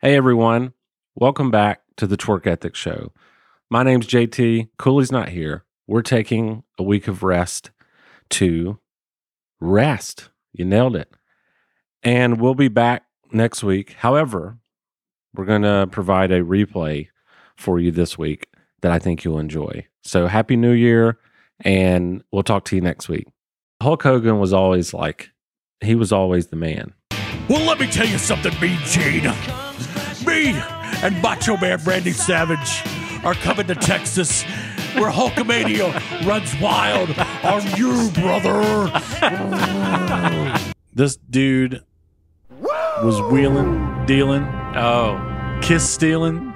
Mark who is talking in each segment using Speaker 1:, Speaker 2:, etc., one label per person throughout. Speaker 1: Hey everyone, welcome back to the Twerk Ethics Show. My name's JT. Cooley's not here. We're taking a week of rest to rest. You nailed it. And we'll be back next week. However, we're going to provide a replay for you this week that I think you'll enjoy. So happy new year, and we'll talk to you next week. Hulk Hogan was always like, he was always the man.
Speaker 2: Well, let me tell you something, Mean Gene. Me and Macho Man Randy Savage are coming to Texas where Hulkamania runs wild on you, brother.
Speaker 1: This dude was wheeling, dealing,
Speaker 3: Oh.
Speaker 1: kiss stealing.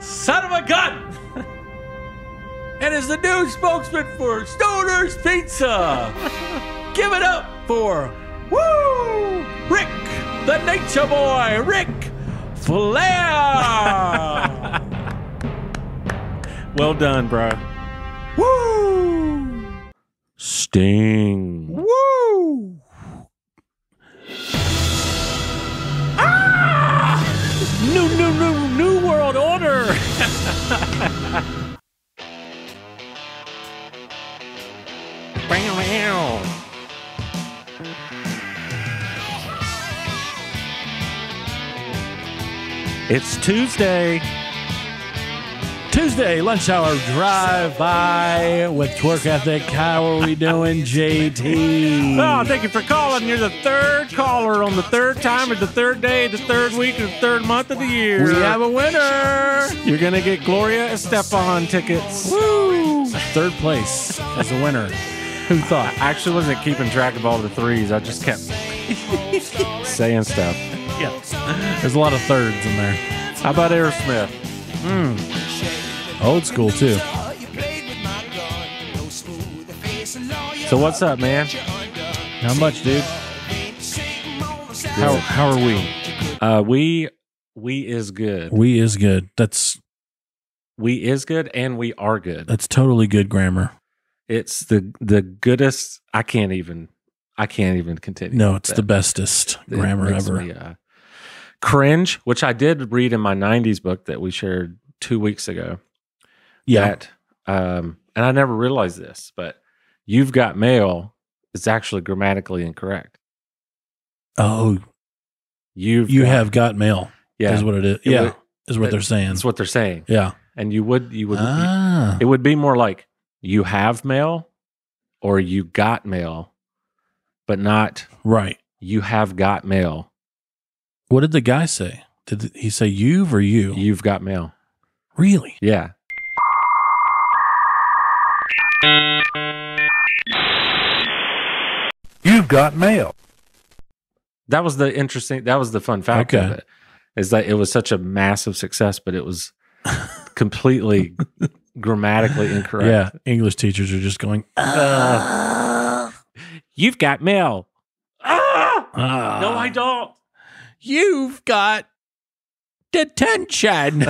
Speaker 3: Son of a gun! and is the new spokesman for Stoner's Pizza. Give it up for Woo! Rick, the Nature Boy, Rick Flair!
Speaker 1: Well done, bro.
Speaker 3: Woo!
Speaker 1: Sting.
Speaker 3: Woo! Ah!
Speaker 1: New, new, new, new world order. It's Tuesday.
Speaker 2: Tuesday, lunch hour drive by with Twerk Ethic. How are we doing, JT?
Speaker 1: Oh, thank you for calling. You're the third caller on the third time, or the third day, the third week, or the third month of the year.
Speaker 2: we have a winner.
Speaker 1: You're gonna get Gloria Estefan tickets.
Speaker 2: Woo! Third place as a winner. Who thought?
Speaker 1: I actually wasn't keeping track of all the threes. I just kept saying stuff.
Speaker 2: There's a lot of thirds in there.
Speaker 1: How about Aerosmith?
Speaker 2: Old school, too.
Speaker 1: So what's up, man?
Speaker 2: How much, dude? How, how are we?
Speaker 1: Uh, we we is good.
Speaker 2: We is good. That's
Speaker 1: We is good, and we are good.
Speaker 2: that's totally good grammar.
Speaker 1: It's the the goodest. I can't even. I can't even continue.
Speaker 2: No,
Speaker 1: with
Speaker 2: it's
Speaker 1: that.
Speaker 2: the bestest
Speaker 1: It
Speaker 2: grammar
Speaker 1: makes
Speaker 2: ever.
Speaker 1: me, uh, cringe, which I did read in my '90s book that we shared two weeks ago.
Speaker 2: yeah.
Speaker 1: that, um, and I never realized this, but you've got mail is actually grammatically incorrect.
Speaker 2: Oh,
Speaker 1: You've
Speaker 2: you
Speaker 1: got-
Speaker 2: have got mail.
Speaker 1: yeah,
Speaker 2: Is what it is.
Speaker 1: It
Speaker 2: yeah.
Speaker 1: would-
Speaker 2: is what they're saying.
Speaker 1: that's what they're saying.
Speaker 2: yeah.
Speaker 1: And you would you would
Speaker 2: ah.
Speaker 1: it would be more like you have mail or you got mail, but not
Speaker 2: right.
Speaker 1: you have got mail.
Speaker 2: What did the guy say? Did he say you've or you?
Speaker 1: You've got mail.
Speaker 2: Really?
Speaker 1: Yeah.
Speaker 4: You've got mail.
Speaker 1: That was the interesting that was the fun fact of
Speaker 2: Okay.
Speaker 1: it. Is that it was such a massive success, but it was completely grammatically incorrect.
Speaker 2: Yeah. English teachers are just going,
Speaker 1: Uh. You've got mail. Ah!
Speaker 2: ah,
Speaker 1: No, I don't.
Speaker 2: You've got detention.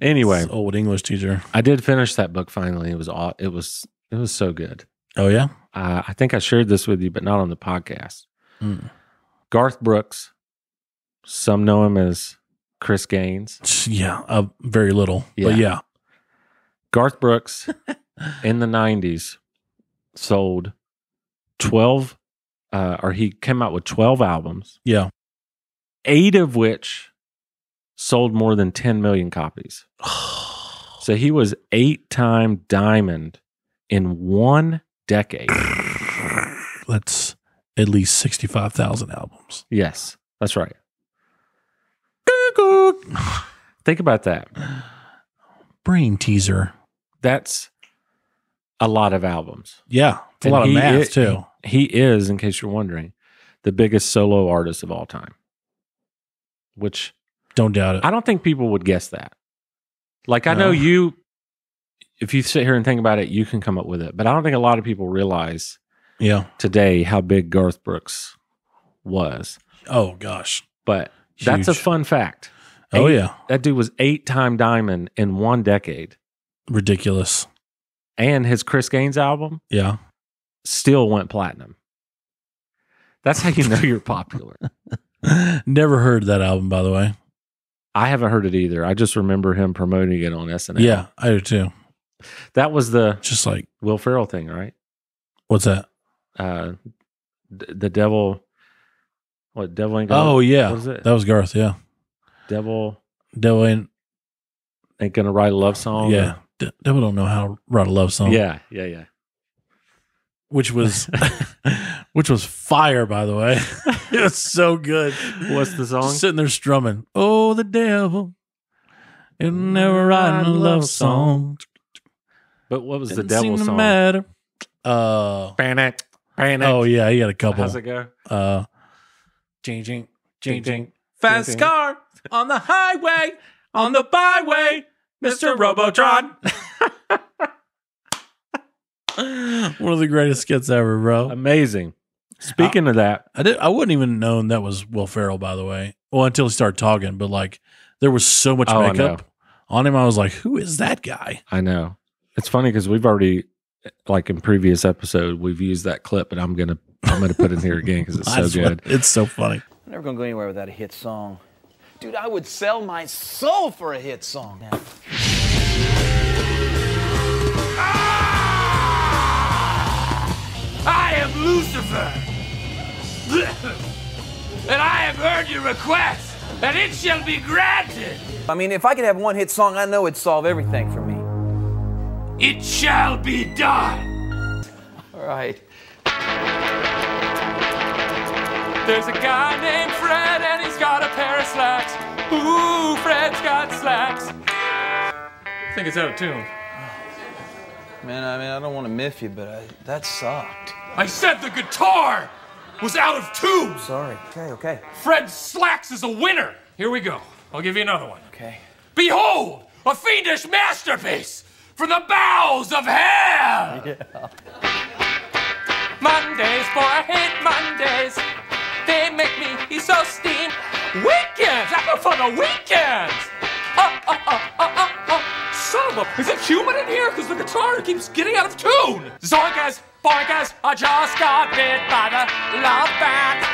Speaker 1: Anyway,
Speaker 2: This old English teacher.
Speaker 1: I did finish that book finally. It was all it was it was so good.
Speaker 2: Oh, yeah.
Speaker 1: Uh, I think I shared this with you, but not on the podcast.
Speaker 2: Mm.
Speaker 1: Garth Brooks, some know him as Chris Gaines.
Speaker 2: Yeah. Uh, very little.
Speaker 1: Yeah.
Speaker 2: But yeah.
Speaker 1: Garth Brooks in the 90s sold 12, uh, or he came out with 12 albums,
Speaker 2: Yeah.
Speaker 1: eight of which sold more than 10 million copies. So he was eight time diamond in one decade.
Speaker 2: That's at least 65,000 albums.
Speaker 1: Yes, that's right. Think about that.
Speaker 2: Brain teaser.
Speaker 1: That's a lot of albums.
Speaker 2: Yeah. It's a
Speaker 1: And
Speaker 2: lot of
Speaker 1: he-
Speaker 2: math,
Speaker 1: it-
Speaker 2: too.
Speaker 1: He is, in case you're wondering, the biggest solo artist of all time. Which
Speaker 2: Don't doubt it.
Speaker 1: I don't think people would guess that. Like I know
Speaker 2: No.
Speaker 1: you if you sit here and think about it, you can come up with it. But I don't think a lot of people realize
Speaker 2: yeah.
Speaker 1: today how big Garth Brooks was.
Speaker 2: Oh, gosh.
Speaker 1: But that's a
Speaker 2: Huge.
Speaker 1: fun fact.
Speaker 2: Oh,
Speaker 1: Eight-
Speaker 2: yeah.
Speaker 1: That dude was eight time diamond in one decade.
Speaker 2: Ridiculous.
Speaker 1: And his Chris Gaines album
Speaker 2: Yeah.
Speaker 1: still went platinum. That's how you know you're popular.
Speaker 2: Never heard that album, by the way.
Speaker 1: I haven't heard it either. I just remember him promoting it on SNL.
Speaker 2: Yeah, I do too.
Speaker 1: that was the
Speaker 2: Just like
Speaker 1: Will Ferrell thing, right?
Speaker 2: what's that?
Speaker 1: Uh, d- the devil. What devil ain't gonna?
Speaker 2: Oh yeah,
Speaker 1: what was it?
Speaker 2: that was Garth. Yeah,
Speaker 1: devil
Speaker 2: Devil ain't.
Speaker 1: ain't gonna write a love song.
Speaker 2: yeah, Um, De- Devil don't know how to write a love song.
Speaker 1: Oh, yeah, yeah, yeah.
Speaker 2: which was which was fire, by the way. it was so good.
Speaker 1: What's the song?
Speaker 2: Just sitting there strumming. Oh, the devil. It never writing a love song.
Speaker 1: But what was the
Speaker 2: Didn't seem
Speaker 1: devil
Speaker 2: to
Speaker 1: song?
Speaker 2: Matter. Uh,
Speaker 1: Panic, panic.
Speaker 2: oh yeah, he had a couple.
Speaker 1: how's it go?
Speaker 2: Uh,
Speaker 1: Jing, jing, jing, jing.
Speaker 5: Fast
Speaker 1: Ding, ding.
Speaker 5: car on the highway, on the byway, Mr. Robotron.
Speaker 2: one of the greatest skits ever, bro.
Speaker 1: Amazing. Speaking of that,
Speaker 2: I did. I wouldn't even known that was Will Ferrell, by the way. Well, until he started talking, but like there was so much
Speaker 1: Oh, I
Speaker 2: makeup on him, I was like, "Who is that guy?"
Speaker 1: I know. It's funny because we've already, like in previous episode, we've used that clip, and I'm gonna I'm gonna put it in here again because it's
Speaker 2: I
Speaker 1: so
Speaker 2: swear,
Speaker 1: good.
Speaker 2: It's so funny.
Speaker 6: I'm never gonna go anywhere without a hit song. Dude, I would sell my soul for a hit song.
Speaker 5: I am Lucifer. and I have heard your request, and it shall be granted.
Speaker 6: I mean, if I could have one hit song, I know it'd solve everything for me.
Speaker 5: It shall be done.
Speaker 6: All right.
Speaker 5: There's a guy named Fred, and he's got a pair of slacks. Ooh, Fred's got slacks. I think it's out of tune.
Speaker 6: Man, I mean, I don't want to miff you, but I, that sucked.
Speaker 5: I said the guitar was out of tune.
Speaker 6: Sorry. Okay, okay,
Speaker 5: Fred Slacks is a winner. Here we go. I'll give you another one.
Speaker 6: okay.
Speaker 5: Behold, a fiendish masterpiece from the bowels of hell. Mondays, boy, I hate Mondays. They make me so steam. Weekends, I go for the weekends. Uh, uh, uh, uh, uh, uh. Son of a, is it human in here? Because the guitar keeps getting out of tune. Zorgas, boingas, I just got bit by the love bat.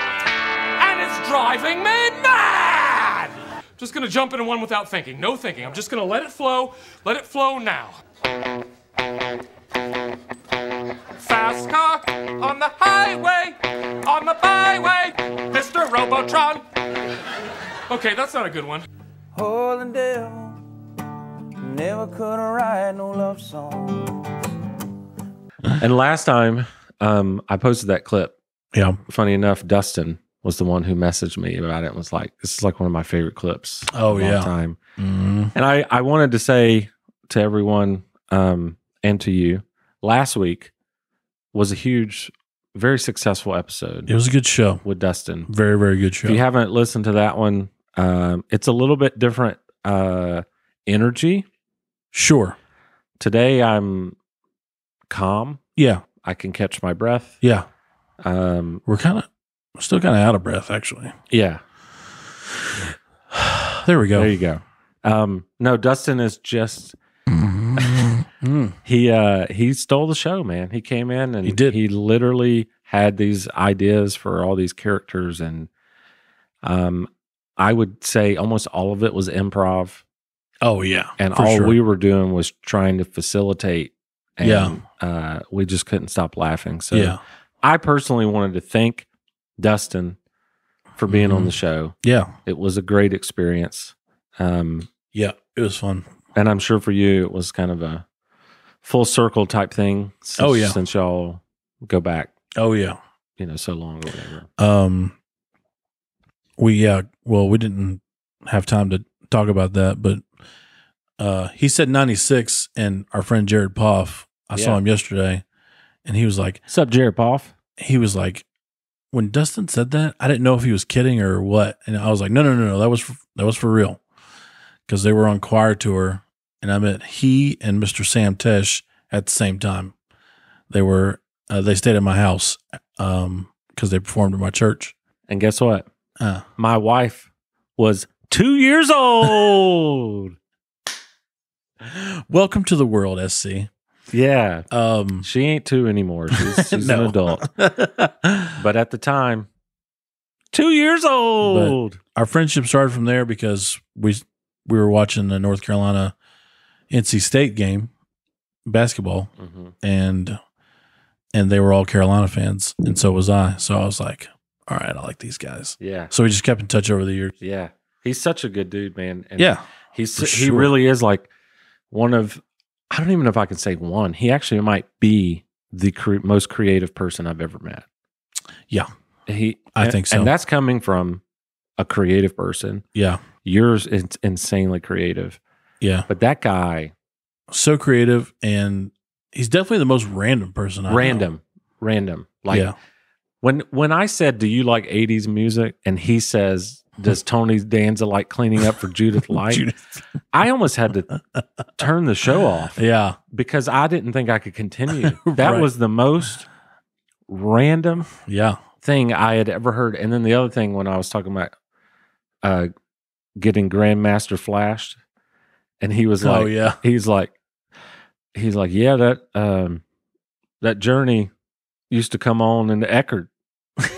Speaker 5: And it's driving me mad. Just gonna jump into one without thinking. No thinking. I'm just gonna let it flow. Let it flow now. Fast car on the highway, on the byway, Mr. Robotron. Okay, that's not a good one.
Speaker 6: Holy devil, never could write no love song.
Speaker 1: And last time, um, I posted that clip.
Speaker 2: Yeah.
Speaker 1: Funny enough, Dustin was the one who messaged me about it. and Was like, this is like one of my favorite clips. of
Speaker 2: Oh,
Speaker 1: all
Speaker 2: yeah.
Speaker 1: time.
Speaker 2: Mhm.
Speaker 1: And I I wanted to say to everyone, um, and to you, last week was a huge, very successful episode
Speaker 2: It was a good show.
Speaker 1: with Dustin.
Speaker 2: Very, very good show.
Speaker 1: If you haven't listened to that one, um, it's a little bit different uh, energy.
Speaker 2: sure.
Speaker 1: Today I'm calm.
Speaker 2: Yeah.
Speaker 1: I can catch my breath.
Speaker 2: Yeah.
Speaker 1: Um,
Speaker 2: We're kind of still kind of out of breath, actually.
Speaker 1: yeah,
Speaker 2: There we go.
Speaker 1: there you go. Um, no, Dustin is just
Speaker 2: Mm.
Speaker 1: he uh, he stole the show, man. He came in and
Speaker 2: He did.
Speaker 1: He literally had these ideas for all these characters, and um, I would say almost all of it was improv.
Speaker 2: Oh, yeah.
Speaker 1: and
Speaker 2: for
Speaker 1: all
Speaker 2: sure.
Speaker 1: we were doing was trying to facilitate and
Speaker 2: Yeah.
Speaker 1: uh, we just couldn't stop laughing so
Speaker 2: Yeah.
Speaker 1: i personally wanted to thank dustin for being
Speaker 2: Mm-hmm.
Speaker 1: on the show
Speaker 2: Yeah.
Speaker 1: it was a great experience um,
Speaker 2: Yeah. It was fun.
Speaker 1: and i'm sure for you it was kind of a full circle type thing since,
Speaker 2: Oh, yeah.
Speaker 1: since y'all go back
Speaker 2: Oh, yeah.
Speaker 1: you know so long or whatever
Speaker 2: Um, we, yeah. Well, we didn't have time to talk about that, but uh, he said 96, and our friend Jared Poff, I
Speaker 1: Yeah.
Speaker 2: saw him yesterday, and he was like,
Speaker 1: what's up jared poff
Speaker 2: he was like, when Dustin said that, I didn't know if he was kidding or what, and I was like, no, no, no, no, that was for, that was for real, because they were on choir tour, and I met he and Mr. Sam Tesh at the same time. They were uh, they stayed at my house because they performed at my church.
Speaker 1: and guess what
Speaker 2: Uh,
Speaker 1: my wife was two years old
Speaker 2: welcome to the world, SC.
Speaker 1: yeah
Speaker 2: Um,
Speaker 1: She ain't two anymore. She's, she's
Speaker 2: No.
Speaker 1: an adult. But at the time, Two years old.
Speaker 2: Our friendship started from there because we we were watching the North Carolina NC State game basketball
Speaker 1: Mhm.
Speaker 2: and and they were all Carolina fans and so was I. So I was like, all right, I like these guys.
Speaker 1: Yeah.
Speaker 2: So we just kept in touch over the years.
Speaker 1: Yeah. He's such a good dude, man. And
Speaker 2: Yeah.
Speaker 1: He's
Speaker 2: for
Speaker 1: he
Speaker 2: sure.
Speaker 1: really is like one of I don't even know if I can say one. He actually might be the cre- most creative person I've ever met.
Speaker 2: Yeah.
Speaker 1: He
Speaker 2: I
Speaker 1: and-
Speaker 2: think so.
Speaker 1: And that's coming from a creative person.
Speaker 2: Yeah.
Speaker 1: Yours is insanely creative.
Speaker 2: Yeah.
Speaker 1: But that guy
Speaker 2: So creative and he's definitely the most random person I know.
Speaker 1: random random like
Speaker 2: yeah.
Speaker 1: when when I said do you like 80s music and he says does Tony Danza like cleaning up for Judith Light?
Speaker 2: Hmm. Judith.
Speaker 1: I almost had to turn the show off.
Speaker 2: Yeah.
Speaker 1: because I didn't think I could continue. That
Speaker 2: Right.
Speaker 1: was the most random
Speaker 2: Yeah.
Speaker 1: thing I had ever heard. And then the other thing when I was talking about uh getting Grandmaster flashed, and he was like
Speaker 2: oh yeah.
Speaker 1: he's like he's like, Yeah, that um that journey used to come on in the Eckerd.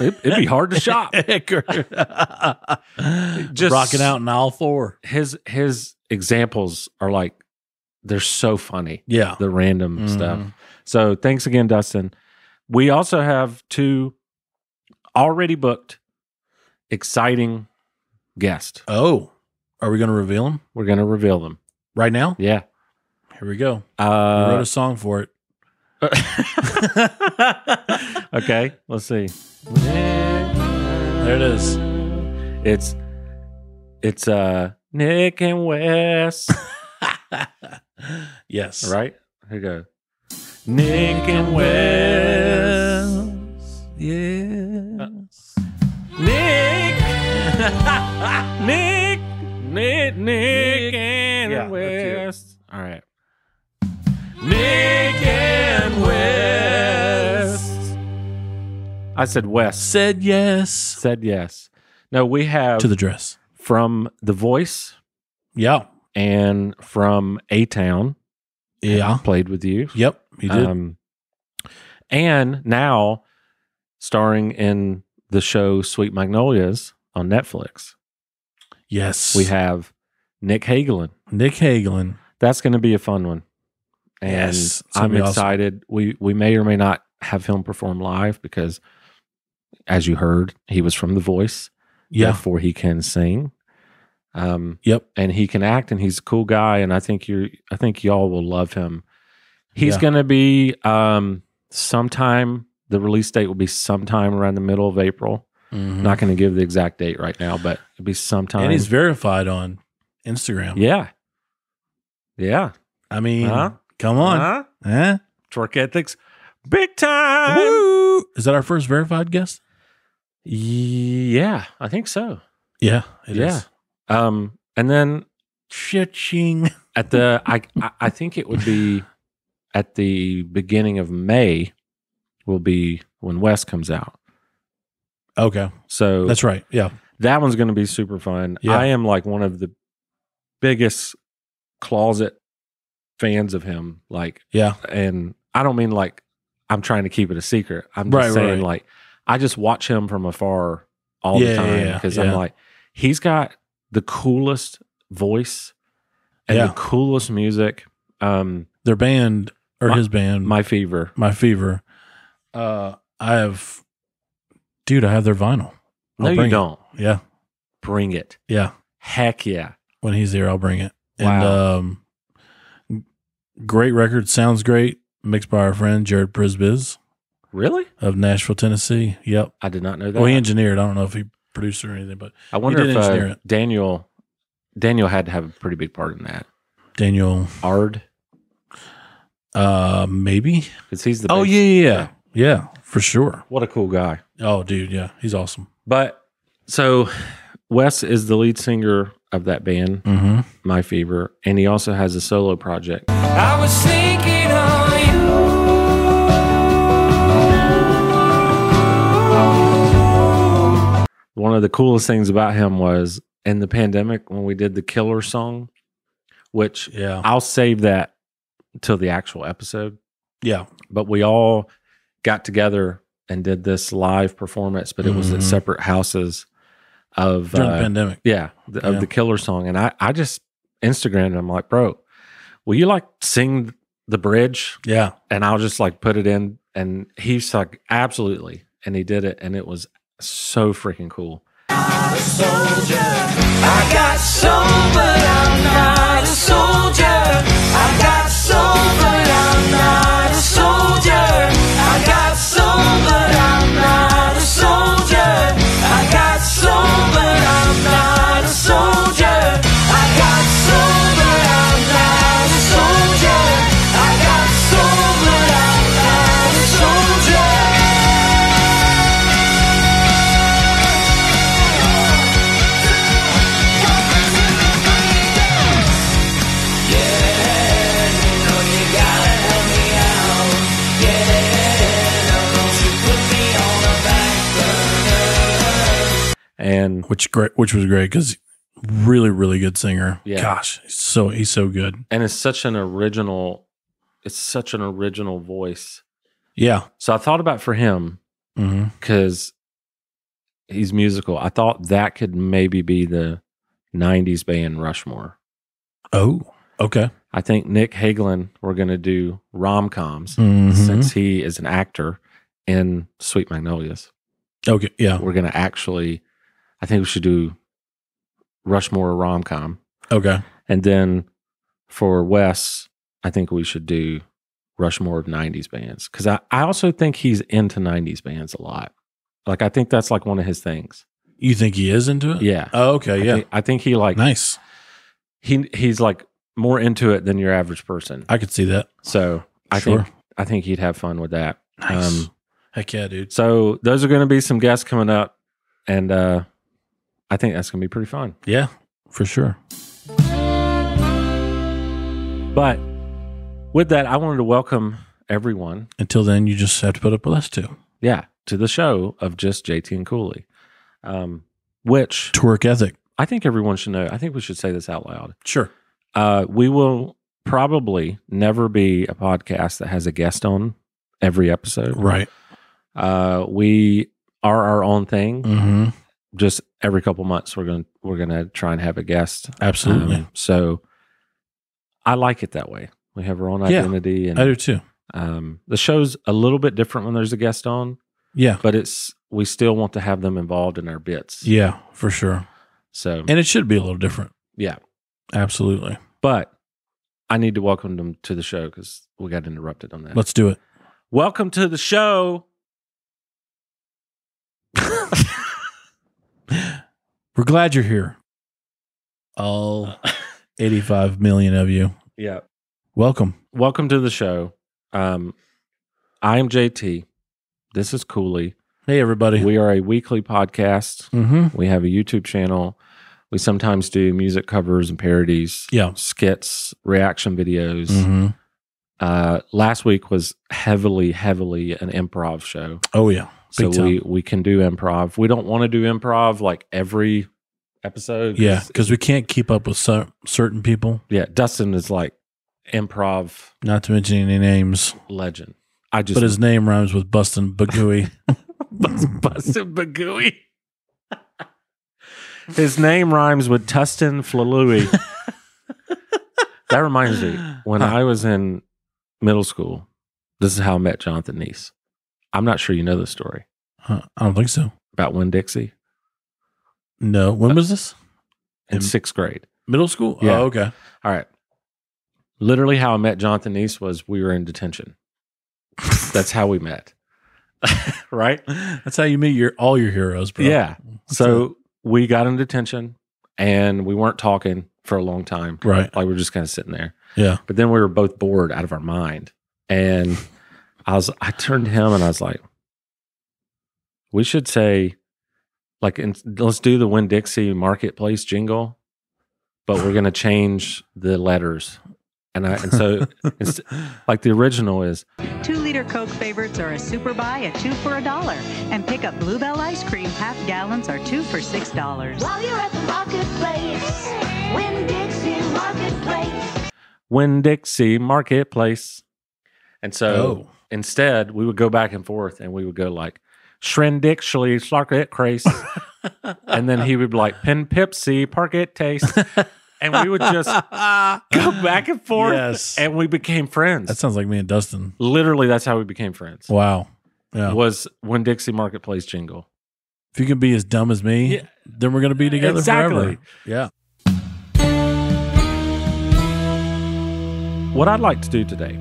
Speaker 1: It, it'd be hard to shop. Just-
Speaker 2: Just rocking out in all four.
Speaker 1: His his examples are like they're so funny.
Speaker 2: Yeah.
Speaker 1: The random stuff.
Speaker 2: Mhm.
Speaker 1: So thanks again, Dustin. We also have two already booked exciting guests.
Speaker 2: Oh. Are we gonna reveal them
Speaker 1: We're going to reveal them.
Speaker 2: right now?
Speaker 1: Yeah.
Speaker 2: Here we go. I wrote
Speaker 1: Uh,
Speaker 2: a song for it.
Speaker 1: okay. Let's see.
Speaker 2: There it is.
Speaker 1: It's it's uh Nick and Wes,
Speaker 2: Yes.
Speaker 1: right? Here we go. Nick and Wes. Uh. Yes. Nick. Nick. Nick. Nick and
Speaker 5: Yeah, that's
Speaker 1: Wes. All right. Nick and Wes. I said Wes.
Speaker 2: Said yes
Speaker 1: Said yes. No, we have
Speaker 2: to the dress.
Speaker 1: from The Voice
Speaker 2: Yeah.
Speaker 1: and from A Town.
Speaker 2: Yeah.
Speaker 1: Played with you.
Speaker 2: Yep. He did.
Speaker 1: Um, and now starring in the show Sweet Magnolias on Netflix,
Speaker 2: yes.
Speaker 1: we have Nick Hagelin.
Speaker 2: Nick Hagelin.
Speaker 1: That's going to be a fun one. And
Speaker 2: Yes, it's gonna
Speaker 1: I'm
Speaker 2: be awesome.
Speaker 1: excited. We we may or may not have him perform live because as you heard, he was from The Voice.
Speaker 2: Yeah.
Speaker 1: Therefore he can sing. Um
Speaker 2: Yep.
Speaker 1: and he can act and he's a cool guy and I think you're I think y'all will love him. He's
Speaker 2: Yeah.
Speaker 1: gonna be um sometime the release date will be sometime around the middle of April.
Speaker 2: Mhm.
Speaker 1: Not gonna give the exact date right now, but it'll be sometime.
Speaker 2: and he's verified on Instagram.
Speaker 1: yeah. Uh-huh. Yeah.
Speaker 2: I mean,
Speaker 1: Huh?
Speaker 2: come on.
Speaker 1: Huh? Uh-huh.
Speaker 2: Huh?
Speaker 1: Twerk ethics. Big time.
Speaker 2: Woo! Is that our first verified guest?
Speaker 1: Yeah, I think so.
Speaker 2: Yeah. it is.
Speaker 1: Yeah. Um and then
Speaker 2: Cha-ching.
Speaker 1: at the I I- I think it would be at the beginning of May will be when West comes out.
Speaker 2: Okay.
Speaker 1: So
Speaker 2: That's right. Yeah.
Speaker 1: that one's going to be super fun.
Speaker 2: Yeah.
Speaker 1: I am like one of the biggest closet fans of him. Like,
Speaker 2: Yeah.
Speaker 1: and I don't mean like I'm trying to keep it a secret. I'm just
Speaker 2: Right, right,
Speaker 1: saying
Speaker 2: right.
Speaker 1: like I just watch him from afar all
Speaker 2: Yeah,
Speaker 1: the
Speaker 2: yeah,
Speaker 1: time
Speaker 2: yeah,
Speaker 1: because
Speaker 2: yeah.
Speaker 1: I'm like he's got the coolest voice and
Speaker 2: Yeah.
Speaker 1: the coolest music. Um,
Speaker 2: Their band or his band,
Speaker 1: my fever.
Speaker 2: my fever. Uh, I have, dude, I have their vinyl.
Speaker 1: No,
Speaker 2: I'll
Speaker 1: you
Speaker 2: bring it.
Speaker 1: don't.
Speaker 2: Yeah,
Speaker 1: Bring it.
Speaker 2: yeah.
Speaker 1: Heck yeah.
Speaker 2: When he's here, I'll bring it. And
Speaker 1: Wow.
Speaker 2: um, g- great record, sounds great. Mixed by our friend Jared Prisbiz
Speaker 1: Really?
Speaker 2: of Nashville, Tennessee. Yep.
Speaker 1: I did not know that.
Speaker 2: Well, he engineered. I don't know if he produced or anything, but
Speaker 1: I wonder
Speaker 2: did
Speaker 1: if
Speaker 2: engineer
Speaker 1: uh,
Speaker 2: it.
Speaker 1: Daniel Daniel had to have a pretty big part in that.
Speaker 2: Daniel,
Speaker 1: Ard,
Speaker 2: uh, maybe.
Speaker 1: because he's the
Speaker 2: Oh
Speaker 1: bass-
Speaker 2: yeah, yeah, yeah, yeah, for sure.
Speaker 1: What a cool guy.
Speaker 2: Oh, dude, yeah, he's awesome.
Speaker 1: But so Wes is the lead singer of that band,
Speaker 2: Mm-hmm.
Speaker 1: My Fever, and he also has a solo project.
Speaker 6: I was thinking of you.
Speaker 1: One of the coolest things about him was in the pandemic when we did the killer song, which
Speaker 2: Yeah,
Speaker 1: I'll save that till the actual episode.
Speaker 2: yeah,
Speaker 1: but we all got together and did this live performance, but it was at
Speaker 2: Mhm.
Speaker 1: separate houses of
Speaker 2: during the
Speaker 1: uh,
Speaker 2: pandemic.
Speaker 1: yeah, the, of
Speaker 2: Yeah.
Speaker 1: the killer song. And I, I just Instagrammed him like, bro, will you like sing the bridge?
Speaker 2: Yeah.
Speaker 1: And I'll just like put it in. And he's like, absolutely. And he did it. And it was so freaking cool.
Speaker 7: I got soul, but I'm not a soldier. I got soul, but I'm not a soldier. I got soul, but I'm not a soldier. I got soul, but I'm not a soldier. I got soul, but I'm not a soldier. I got soul, but I'm not a soldier.
Speaker 1: And
Speaker 2: Which great which was great because really, really good singer.
Speaker 1: Yeah.
Speaker 2: Gosh, he's so he's so good.
Speaker 1: and it's such an original it's such an original voice
Speaker 2: Yeah.
Speaker 1: so i thought about for him
Speaker 2: hmm
Speaker 1: Mm-hmm. because he's musical i thought that could maybe be the 90s band rushmore
Speaker 2: Oh. Okay.
Speaker 1: i think nick hagelin we're going to do rom-coms
Speaker 2: Mhm.
Speaker 1: since he is an actor in sweet magnolias
Speaker 2: Okay. Yeah.
Speaker 1: we're going to actually i think we should do rushmore rom-com
Speaker 2: Okay.
Speaker 1: and then for Wes, I think we should do Rushmore of 90s bands because I, I also think he's into 90s bands a lot. Like, I think that's like one of his things.
Speaker 2: You think he is into it?
Speaker 1: Yeah.
Speaker 2: Oh, okay.
Speaker 1: I
Speaker 2: Yeah.
Speaker 1: think, I think he like,
Speaker 2: Nice.
Speaker 1: he, he's like more into it than your average person.
Speaker 2: I could see that.
Speaker 1: so I
Speaker 2: sure.
Speaker 1: think, I think he'd have fun with that.
Speaker 2: Nice. Heck yeah, dude.
Speaker 1: so those are going to be some guests coming up. And, uh, I think that's going to be pretty fun.
Speaker 2: Yeah, for sure.
Speaker 1: But with that, I wanted to welcome everyone
Speaker 2: Until then, you just have to put up with us too.
Speaker 1: yeah, to the show of just JT and Cooley, um, which
Speaker 2: To work ethic.
Speaker 1: I think everyone should know. I think we should say this out loud.
Speaker 2: Sure.
Speaker 1: Uh, we will probably never be a podcast that has a guest on every episode.
Speaker 2: Right.
Speaker 1: Uh, we are our own thing.
Speaker 2: Mm-hmm.
Speaker 1: Just every couple months, we're gonna we're gonna try and have a guest.
Speaker 2: Absolutely.
Speaker 1: Um, so I like it that way. We have our own
Speaker 2: Yeah,
Speaker 1: identity,
Speaker 2: I
Speaker 1: and
Speaker 2: do too.
Speaker 1: um, the show's a little bit different when there's a guest on.
Speaker 2: Yeah.
Speaker 1: but it's we still want to have them involved in our bits.
Speaker 2: Yeah, for sure.
Speaker 1: So
Speaker 2: And it should be a little different.
Speaker 1: yeah,
Speaker 2: Absolutely.
Speaker 1: but I need to welcome them to the show because we got interrupted on that.
Speaker 2: Let's do it.
Speaker 1: welcome to the show.
Speaker 2: We're glad you're here. All 85 million of you.
Speaker 1: Yeah,
Speaker 2: Welcome.
Speaker 1: welcome to the show. Um, I am JT. This is Cooley.
Speaker 2: Hey, everybody.
Speaker 1: We are a weekly podcast.
Speaker 2: mm-hmm.
Speaker 1: We have a YouTube channel. We sometimes do music covers and parodies,
Speaker 2: Yeah.
Speaker 1: skits, reaction videos.
Speaker 2: Mm-hmm.
Speaker 1: Uh, last week was heavily, heavily an improv show.
Speaker 2: Oh, yeah.
Speaker 1: so
Speaker 2: Big time.
Speaker 1: we we can do improv. We don't want to do improv like every episode.
Speaker 2: Yeah. Because we can't keep up with cer- certain people,
Speaker 1: yeah. Dustin is like improv
Speaker 2: not to mention any names,
Speaker 1: legend. I just
Speaker 2: but his name rhymes with Bustin' Bagooey.
Speaker 1: busted Bagooey. his name rhymes with Tustin Flalooey. that reminds me when I was in middle school. This is how I met Jonathan Neese. I'm not sure you know the story
Speaker 2: Huh, Uh, I don't think so.
Speaker 1: about Win Dixie
Speaker 2: No. When was this?
Speaker 1: in
Speaker 2: In-
Speaker 1: sixth grade.
Speaker 2: Middle school?
Speaker 1: Yeah.
Speaker 2: Oh, okay.
Speaker 1: All right. Literally, how I met Jonathan Neese was we were in detention. That's how we met. right?
Speaker 2: That's how you meet your all your heroes, bro.
Speaker 1: Yeah. So we got in detention and we weren't talking for a long time.
Speaker 2: Right.
Speaker 1: Like we were just kind of sitting there.
Speaker 2: Yeah.
Speaker 1: But then we were both bored out of our mind. And I was, I turned to him and I was like, we should say, like, in, let's do the Win Dixie marketplace jingle, but we're going to change the letters. And I, and so, inst- like, the original is,
Speaker 8: Two liter Coke favorites are a super buy at two for a dollar. And pick up Bluebell ice cream, half gallons are two for six dollars.
Speaker 9: While you're at the marketplace, Win Dixie Marketplace.
Speaker 1: Win Dixie marketplace. And so,
Speaker 2: oh.
Speaker 1: Instead, we would go back and forth and we would go like Shrendixley, Slarket Crace. and then he would be like Pin Pipsy, Park It Taste. And we would just go back and forth.
Speaker 2: Yes.
Speaker 1: And we became friends.
Speaker 2: That sounds like me and Dustin.
Speaker 1: Literally, that's how we became friends.
Speaker 2: Wow. Yeah.
Speaker 1: Was when Dixie Marketplace jingle.
Speaker 2: If you can be as dumb as me,
Speaker 1: Yeah.
Speaker 2: then we're going to be together
Speaker 1: Exactly.
Speaker 2: forever. Yeah.
Speaker 1: What I'd like to do today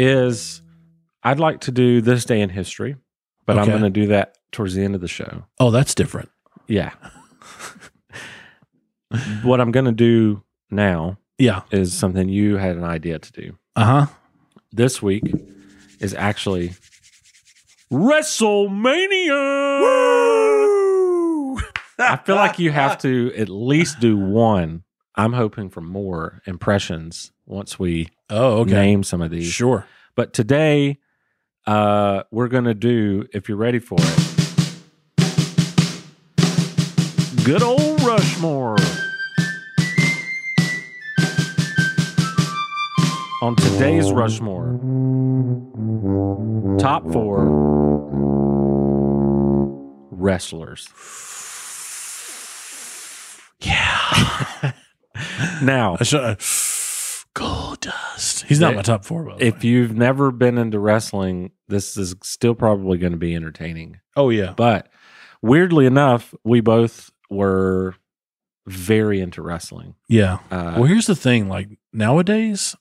Speaker 1: is I'd like to do this day in history, but I'm
Speaker 2: Okay.
Speaker 1: going to do that towards the end of the show.
Speaker 2: Oh, that's different.
Speaker 1: Yeah. what I'm going to do now
Speaker 2: Yeah.
Speaker 1: is something you had an idea to do.
Speaker 2: Uh huh.
Speaker 1: This week is actually WrestleMania. I feel like you have to at least do one. I'm hoping for more impressions once we
Speaker 2: Oh, okay.
Speaker 1: name some of these.
Speaker 2: Sure.
Speaker 1: But today, uh, we're going to do, if you're ready for it, good old Rushmore. On today's Rushmore, top four wrestlers. Yeah. now,
Speaker 2: I should, uh, gold dust. He's not
Speaker 1: Yeah.
Speaker 2: my top four, by the way.
Speaker 1: if you've never been into wrestling, this is still probably going to be entertaining.
Speaker 2: Oh, yeah.
Speaker 1: But weirdly enough, we both were very into wrestling.
Speaker 2: Yeah.
Speaker 1: Uh,
Speaker 2: well, here's the thing. Like nowadays,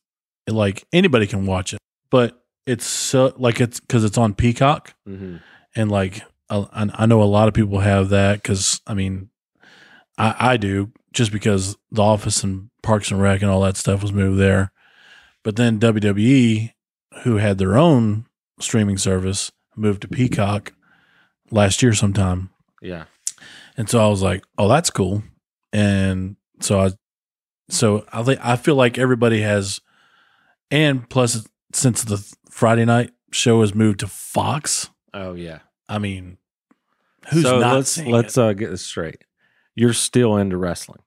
Speaker 2: like anybody can watch it, but it's so like it's because it's on Peacock,
Speaker 1: mhm.
Speaker 2: and like I, I I know a lot of people have that because I mean, I I do just because The Office and Parks and Rec and all that stuff was moved there, but then WWE, who had their own streaming service, moved to Peacock last year sometime.
Speaker 1: Yeah.
Speaker 2: And so I was like, "Oh, that's cool." And so I, so I think I feel like everybody has, and plus since the Friday night show has moved to Fox,
Speaker 1: Oh yeah.
Speaker 2: I mean, who's
Speaker 1: so
Speaker 2: not?
Speaker 1: let's
Speaker 2: seeing
Speaker 1: let's
Speaker 2: it?
Speaker 1: uh, get this straight. You're still into wrestling.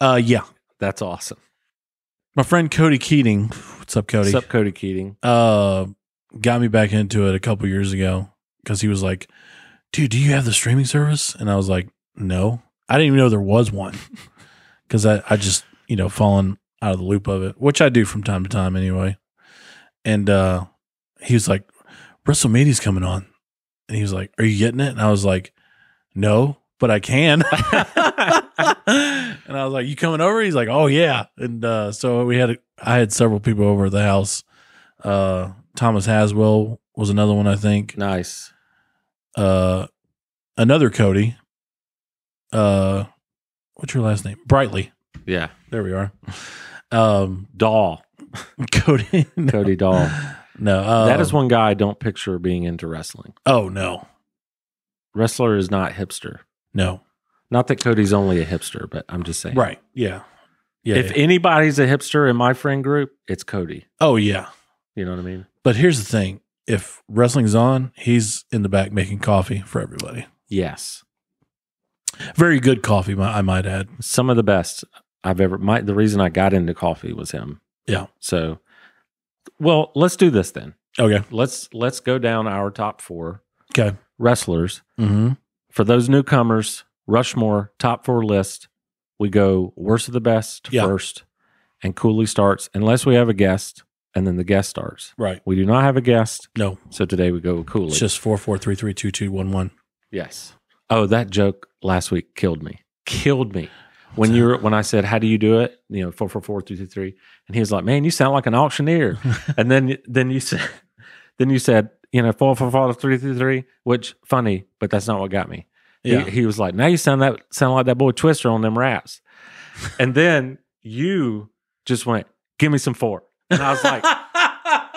Speaker 2: Uh, yeah,
Speaker 1: That's awesome.
Speaker 2: my friend Cody Keating, what's up, Cody?
Speaker 1: What's up, Cody Keating?
Speaker 2: Uh, got me back into it a couple years ago because he was like, "Dude, do you have the streaming service?" And I was like, "No, I didn't even know there was one," because I I just you know fallen out of the loop of it, which I do from time to time anyway. And uh, he was like, "WrestleMania's coming on," and he was like, "Are you getting it?" And I was like, "No." But I can, and I was like, "You coming over?" He's like, "Oh yeah," and uh, so we had a, I had several people over at the house, uh, Thomas Haswell was another one, I think.
Speaker 1: Nice.
Speaker 2: Uh, another Cody. Uh, what's your last name? Brightly.
Speaker 1: Yeah.
Speaker 2: There we are. Um,
Speaker 1: Dahl.
Speaker 2: Cody. no,
Speaker 1: Cody Dahl.
Speaker 2: no uh,
Speaker 1: that is one guy I don't picture being into wrestling.
Speaker 2: Oh no,
Speaker 1: Wrestler is not hipster.
Speaker 2: no.
Speaker 1: Not that Cody's only a hipster, but I'm just saying.
Speaker 2: Right. Yeah. Yeah.
Speaker 1: if
Speaker 2: yeah.
Speaker 1: anybody's a hipster in my friend group, it's Cody.
Speaker 2: oh yeah.
Speaker 1: You know what I mean?
Speaker 2: But here's the thing: if wrestling's on, he's in the back making coffee for everybody.
Speaker 1: Yes.
Speaker 2: Very good coffee, mi- I might add.
Speaker 1: Some of the best I've ever my the reason I got into coffee was him.
Speaker 2: Yeah.
Speaker 1: So well, let's do this then.
Speaker 2: Okay.
Speaker 1: Let's let's go down our top 4
Speaker 2: Okay.
Speaker 1: wrestlers.
Speaker 2: Mm-hmm.
Speaker 1: For those newcomers, Rushmore top 4 list. We go worst of the best
Speaker 2: Yeah.
Speaker 1: first and Cooley starts unless we have a guest and then the guest starts.
Speaker 2: Right.
Speaker 1: We do not have a guest,
Speaker 2: No,
Speaker 1: so today we go with Cooley.
Speaker 2: it's just four four three three two two one one.
Speaker 1: Yes. Oh, that joke last week killed me. Killed me. When you were when I said, How do you do it? You know, four four four three three three. And he was like, Man, you sound like an auctioneer. and then then you said then you said, you know, four four four three three three, which funny, but that's not what got me. He-
Speaker 2: Yeah.
Speaker 1: He, was like, Now you sound that sound like that boy Twister on them raps. and then you just went, Give me some four. And I was like,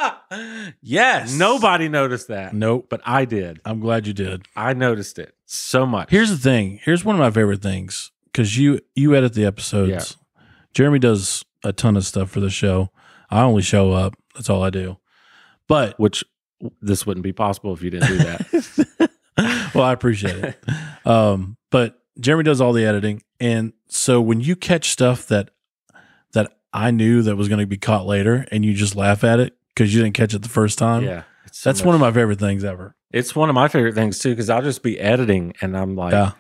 Speaker 2: yes.
Speaker 1: Nobody noticed that.
Speaker 2: Nope.
Speaker 1: But I did.
Speaker 2: I'm glad you did.
Speaker 1: I noticed it so much.
Speaker 2: Here's the thing. Here's one of my favorite things because you you edit the episodes. Jeremy does a ton of stuff for the show. I only show up. That's all I do. But
Speaker 1: which this wouldn't be possible if you didn't do that.
Speaker 2: well, I appreciate it. Um, but Jeremy does all the editing, and so when you catch stuff that that I knew that was going to be caught later, and you just laugh at it because you didn't catch it the first time.
Speaker 1: yeah, it's so
Speaker 2: That's
Speaker 1: much-
Speaker 2: one of my favorite things ever.
Speaker 1: It's one of my favorite things too because I'll just be editing and I'm like,
Speaker 2: yeah.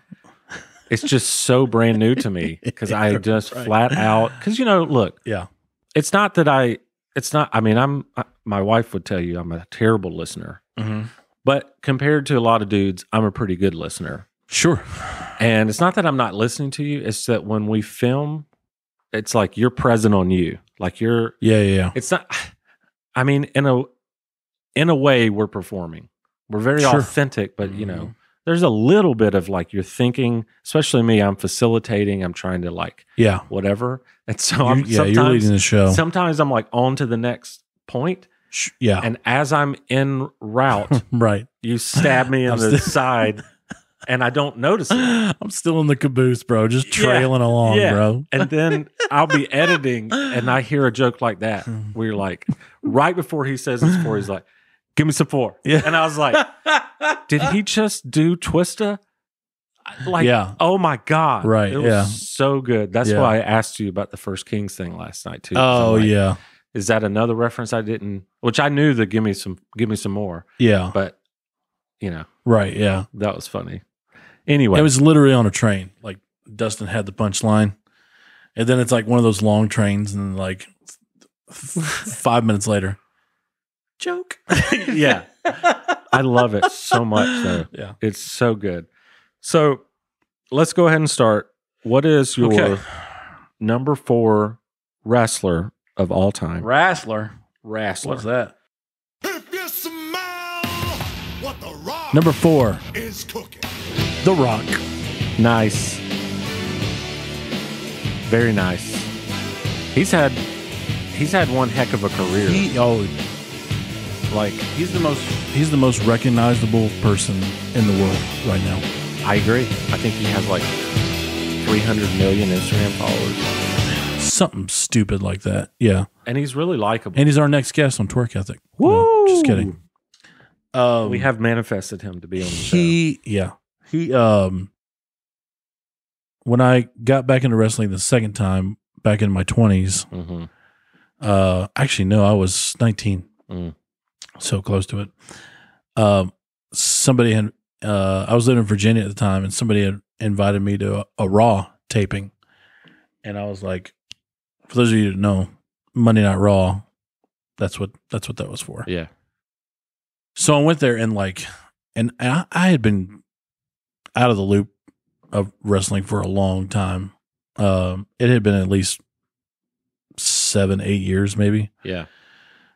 Speaker 1: it's just so brand new to me because I
Speaker 2: You're
Speaker 1: just
Speaker 2: right.
Speaker 1: flat out because you know, look,
Speaker 2: Yeah.
Speaker 1: it's not that I, it's not. I mean, I'm I, my wife would tell you I'm a terrible listener, but compared to a lot of dudes, I'm a pretty good listener.
Speaker 2: Sure.
Speaker 1: And it's not that I'm not listening to you; it's that when we film, it's like you're present on you, like you're.
Speaker 2: Yeah. Yeah. yeah.
Speaker 1: It's not. I mean, in a in a way, we're performing. We're very
Speaker 2: Sure. Mm-hmm.
Speaker 1: authentic, but you know, there's a little bit of like you're thinking. Especially me, I'm facilitating. I'm trying to like
Speaker 2: Yeah.
Speaker 1: whatever, and so
Speaker 2: You-
Speaker 1: I'm
Speaker 2: yeah. You're leading
Speaker 1: sometimes
Speaker 2: the show.
Speaker 1: sometimes I'm like on to the next point,
Speaker 2: Sh- yeah.
Speaker 1: and as I'm in route,
Speaker 2: right.
Speaker 1: you stab me in
Speaker 2: I'm
Speaker 1: the
Speaker 2: still-
Speaker 1: side, and I don't notice it.
Speaker 2: I'm still in the caboose, bro. Just
Speaker 1: Yeah.
Speaker 2: trailing along,
Speaker 1: Yeah.
Speaker 2: bro.
Speaker 1: and then I'll be editing and I hear a joke like that
Speaker 2: Hmm.
Speaker 1: where you're like, right before he says his four, he's like, give me some four.
Speaker 2: Yeah.
Speaker 1: And I was like, did he just do Twista? Like,
Speaker 2: Yeah.
Speaker 1: oh my God.
Speaker 2: Right,
Speaker 1: It was
Speaker 2: yeah.
Speaker 1: so good. That's
Speaker 2: Yeah.
Speaker 1: why I asked you about the First Kings thing last night, too. 'Cause I'm
Speaker 2: Oh
Speaker 1: like,
Speaker 2: yeah.
Speaker 1: Is that another reference I didn't, which I knew the give me some, give me some more,
Speaker 2: Yeah.
Speaker 1: but you know,
Speaker 2: Right. Yeah.
Speaker 1: that was funny. Anyway,
Speaker 2: It was literally on a train. Like Dustin had the punchline, and then it's like one of those long trains, and like f- five minutes later, joke.
Speaker 1: yeah. I love it so much, though.
Speaker 2: Yeah.
Speaker 1: It's so good. So let's go ahead and start. What is your
Speaker 2: Okay.
Speaker 1: number four wrestler of all time?
Speaker 2: Wrestler.
Speaker 1: wrestler.
Speaker 2: What's that?
Speaker 10: If you smell what the rock
Speaker 2: Number four,
Speaker 10: is cooking.
Speaker 2: The Rock.
Speaker 1: Nice. Very nice. He's had he's had one heck of a career.
Speaker 2: He oh,
Speaker 1: like
Speaker 2: he's the most he's the most recognizable person in the world right now.
Speaker 1: I agree. I think he has like 300 million Instagram followers,
Speaker 2: Something stupid like that. Yeah.
Speaker 1: and he's really likable.
Speaker 2: And he's our next guest on Twerk Ethic. No, just kidding. Um,
Speaker 1: We have manifested him to be on the show.
Speaker 2: he yeah he um when i got back into wrestling the second time back in my 20s
Speaker 1: hmm
Speaker 2: uh actually no i was 19
Speaker 1: Mm.
Speaker 2: so close to it um somebody had uh i was living in virginia at the time and somebody had invited me to a, a raw taping and i was like for those of you that know monday night raw that's what that's what that was for
Speaker 1: Yeah.
Speaker 2: so I went there and like, and I, I had been out of the loop of wrestling for a long time. Um, it had been at least seven, eight years, maybe.
Speaker 1: Yeah.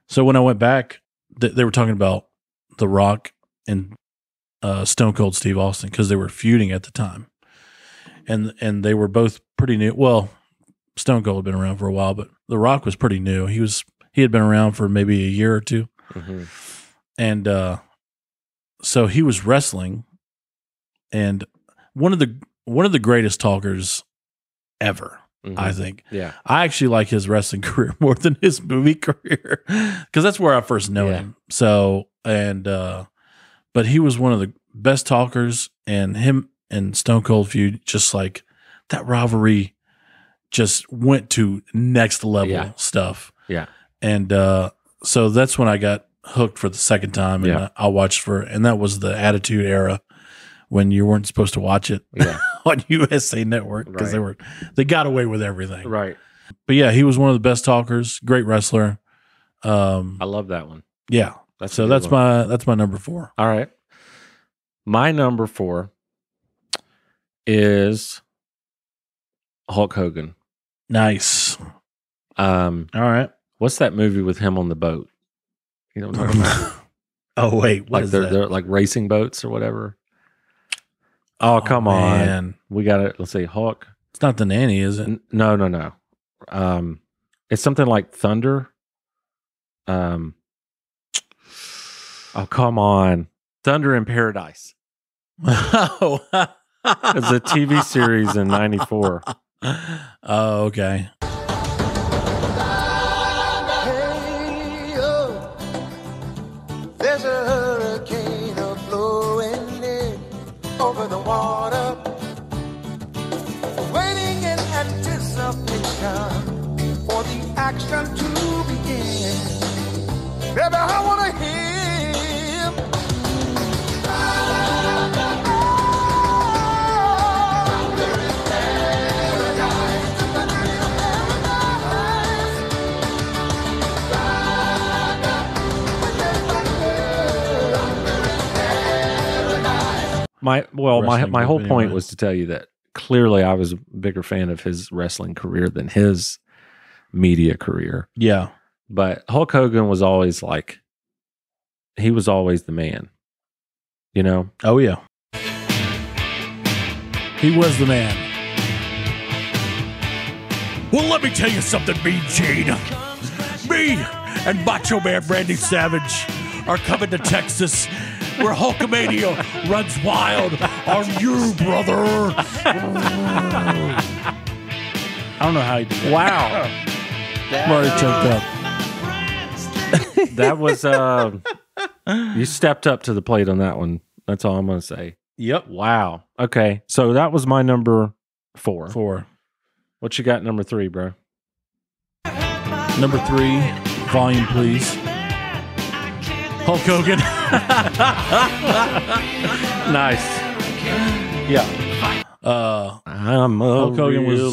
Speaker 2: So when I went back, th- they were talking about The Rock and uh, Stone Cold Steve Austin because they were feuding at the time, and and they were both pretty new. Well, Stone Cold had been around for a while, but The Rock was pretty new. He was he had been around for maybe a year or two
Speaker 1: hmm
Speaker 2: and uh so he was wrestling and one of the one of the greatest talkers ever i think
Speaker 1: Mm-hmm. yeah.
Speaker 2: i actually like his wrestling career more than his movie career because that's where i first know
Speaker 1: Yeah.
Speaker 2: him so and uh but he was one of the best talkers and him and stone cold feud just like that rivalry just went to next level
Speaker 1: Yeah.
Speaker 2: stuff
Speaker 1: Yeah.
Speaker 2: and uh so that's when I got hooked for the second time, and
Speaker 1: Yeah.
Speaker 2: I I watched for, and that was the Attitude Era when you weren't supposed to watch it
Speaker 1: Yeah.
Speaker 2: on USA Network because they were they got away with everything.
Speaker 1: right.
Speaker 2: But yeah, he was one of the best talkers, great wrestler. Um,
Speaker 1: I love that one.
Speaker 2: yeah.
Speaker 1: That's
Speaker 2: so that's my that's my number four.
Speaker 1: my all right. My number four is Hulk Hogan.
Speaker 2: Nice.
Speaker 1: Um,
Speaker 2: All right.
Speaker 1: what's that movie with him on the boat? You know what I'm talking about?
Speaker 2: oh wait, what
Speaker 1: like
Speaker 2: is
Speaker 1: they're
Speaker 2: that?
Speaker 1: they're like racing boats or whatever. Oh come on,
Speaker 2: man.
Speaker 1: we got it. Let's see, Hulk.
Speaker 2: It's not the nanny, is it?
Speaker 1: N- no, no, no. Um, it's something like Thunder. Um. Oh come on, Thunder in Paradise.
Speaker 2: oh.
Speaker 1: It's a TV series in '94.
Speaker 2: Oh, okay.
Speaker 7: Hey, oh, there's a hurricane a blowing in over the water, waiting in anticipation for the action to begin.
Speaker 11: Baby, I wanna hear.
Speaker 1: My well, my
Speaker 2: Wrestling
Speaker 1: my
Speaker 2: group
Speaker 1: whole point
Speaker 2: anyway.
Speaker 1: was to tell you that clearly I was a bigger fan of his wrestling career than his media career.
Speaker 2: Yeah.
Speaker 1: But Hulk Hogan was always like he was always the man. You know?
Speaker 2: Oh yeah. He was the man.
Speaker 10: Well, let me tell you something, Mean Gene. Me and Macho Man Randy Savage are coming to Texas where Hulkamania runs wild on you, brother.
Speaker 2: I don't know how he did that.
Speaker 1: Wow.
Speaker 2: I'm already choked up.
Speaker 1: that was uh you stepped up to the plate on that one. That's all I'm gonna say.
Speaker 2: Yep.
Speaker 1: Wow. Okay. So that was my number four.
Speaker 2: Four.
Speaker 1: What you got number three, bro?
Speaker 2: Number three, volume please. Hulk Hogan.
Speaker 1: Nice. Yeah.
Speaker 2: Uh
Speaker 1: I'm a
Speaker 2: Hulk Hogan was-
Speaker 1: real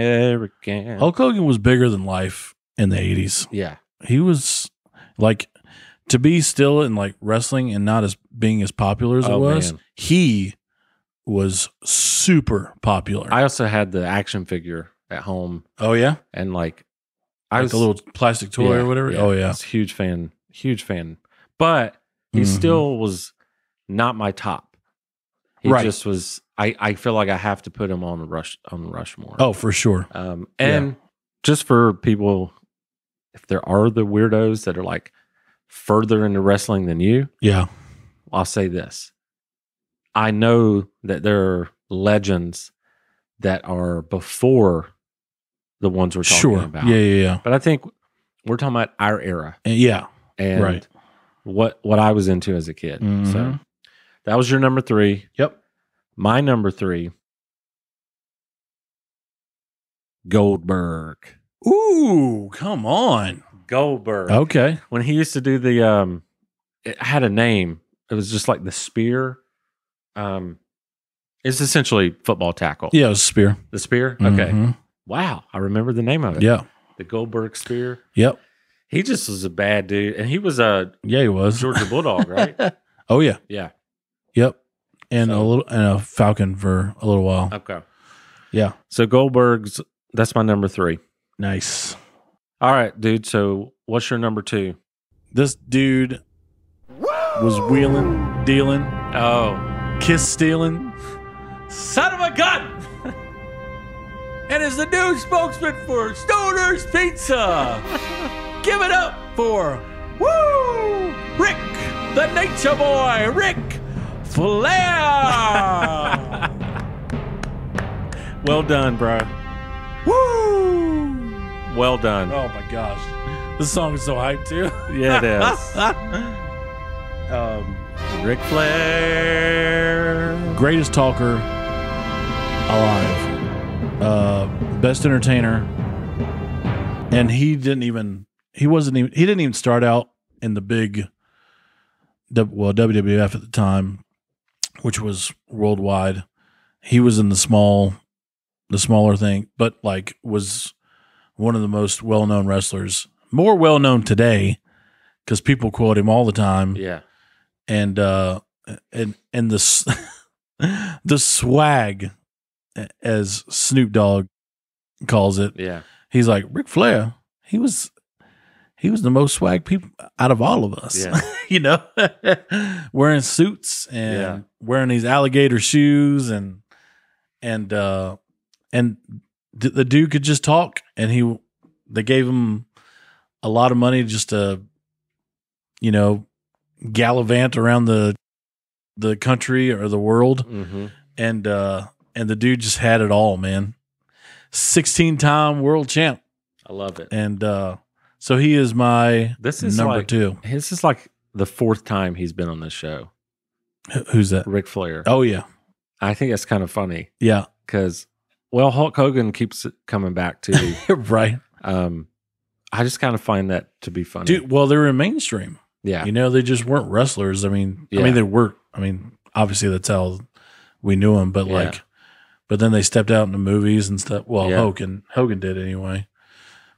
Speaker 1: American.
Speaker 2: Hulk Hogan was bigger than life in the eighties.
Speaker 1: Yeah.
Speaker 2: He was like to be still in like wrestling and not as being as popular as
Speaker 1: Oh,
Speaker 2: it was,
Speaker 1: man.
Speaker 2: he was super popular.
Speaker 1: I also had the action figure at home
Speaker 2: oh yeah?
Speaker 1: and like I
Speaker 2: Like
Speaker 1: was
Speaker 2: the little plastic toy
Speaker 1: yeah,
Speaker 2: or whatever. Oh
Speaker 1: I
Speaker 2: yeah.
Speaker 1: was a huge fan. Huge fan. But he
Speaker 2: Mhm.
Speaker 1: still was not my top. He
Speaker 2: Right.
Speaker 1: just was I, I feel like I have to put him on the rush on the Rushmore.
Speaker 2: Oh, for sure.
Speaker 1: Um,
Speaker 2: Yeah.
Speaker 1: and just for people, if there are the weirdos that are like further into wrestling than you,
Speaker 2: Yeah.
Speaker 1: I'll say this. I know that there are legends that are before the ones we're talking
Speaker 2: Sure.
Speaker 1: about.
Speaker 2: Yeah, yeah, yeah.
Speaker 1: But I think we're talking about our era
Speaker 2: And yeah.
Speaker 1: and
Speaker 2: Right.
Speaker 1: what what I was into as a kid. So
Speaker 2: Mhm.
Speaker 1: that was your number three.
Speaker 2: Yep.
Speaker 1: My number three, Goldberg.
Speaker 2: Ooh, come on.
Speaker 1: Goldberg.
Speaker 2: Okay.
Speaker 1: When he used to do the um it had a name. It was just like the spear. Um it's essentially football tackle.
Speaker 2: Yeah, it was Spear.
Speaker 1: The spear? Okay.
Speaker 2: Mhm.
Speaker 1: Wow. I remember the name of it.
Speaker 2: Yeah.
Speaker 1: The Goldberg spear.
Speaker 2: Yep.
Speaker 1: He just was a bad dude. And he was a
Speaker 2: Yeah, he was.
Speaker 1: Georgia Bulldog, right?
Speaker 2: Oh yeah.
Speaker 1: Yeah.
Speaker 2: Yep. And a
Speaker 1: So-
Speaker 2: little and a Falcon for a little while.
Speaker 1: Okay.
Speaker 2: Yeah.
Speaker 1: So Goldberg's that's my number three.
Speaker 2: Nice.
Speaker 1: All right, dude. So what's your number two?
Speaker 2: This dude was wheeling, dealing,
Speaker 1: Oh.
Speaker 2: kiss stealing.
Speaker 5: Son of a gun! and is the new spokesman for Stoner's Pizza. Give it up for Woo! Rick, the Nature Boy, Rick Flair.
Speaker 1: Well done, bro.
Speaker 2: Woo!
Speaker 1: Well done.
Speaker 2: Oh my gosh. This song is so hyped too.
Speaker 1: Yeah, it
Speaker 2: Um,
Speaker 1: is. Ric Flair.
Speaker 2: greatest talker alive. Uh, best entertainer. And he didn't even he wasn't even he didn't even start out in the big W- well WWF at the time, which was worldwide. He was in the small the smaller thing, but like was one of the most well-known wrestlers. More well-known today cuz people quote him all the time
Speaker 1: Yeah.
Speaker 2: and uh and and the s- the swag as Snoop Dogg calls it
Speaker 1: Yeah.
Speaker 2: he's like Ric Flair he was he was the most swag people out of all of us
Speaker 1: Yeah.
Speaker 2: you know wearing suits and
Speaker 1: Yeah.
Speaker 2: wearing these alligator shoes and and uh and d- the dude could just talk and he they gave him a lot of money just to you know gallivant around the the country or the world
Speaker 1: Mm-hmm.
Speaker 2: and uh and the dude just had it all man 16 time world champ
Speaker 1: I love it.
Speaker 2: and uh so he is my
Speaker 1: This is
Speaker 2: number
Speaker 1: like-
Speaker 2: two
Speaker 1: This is like the fourth time he's been on this show.
Speaker 2: Wh- who's that
Speaker 1: Ric Flair.
Speaker 2: oh yeah
Speaker 1: I think that's kind of funny
Speaker 2: yeah
Speaker 1: because, well, Hulk Hogan keeps coming back to
Speaker 2: right
Speaker 1: um, I just kind of find that to be funny.
Speaker 2: Dude, well, they were mainstream.
Speaker 1: yeah.
Speaker 2: You know, they just weren't wrestlers. I mean, I
Speaker 1: Yeah.
Speaker 2: mean, they were. I mean, obviously that's how we knew them. But
Speaker 1: Yeah.
Speaker 2: like, but then they stepped out into movies and stuff. Well,
Speaker 1: Yeah.
Speaker 2: Hogan, Hogan did anyway.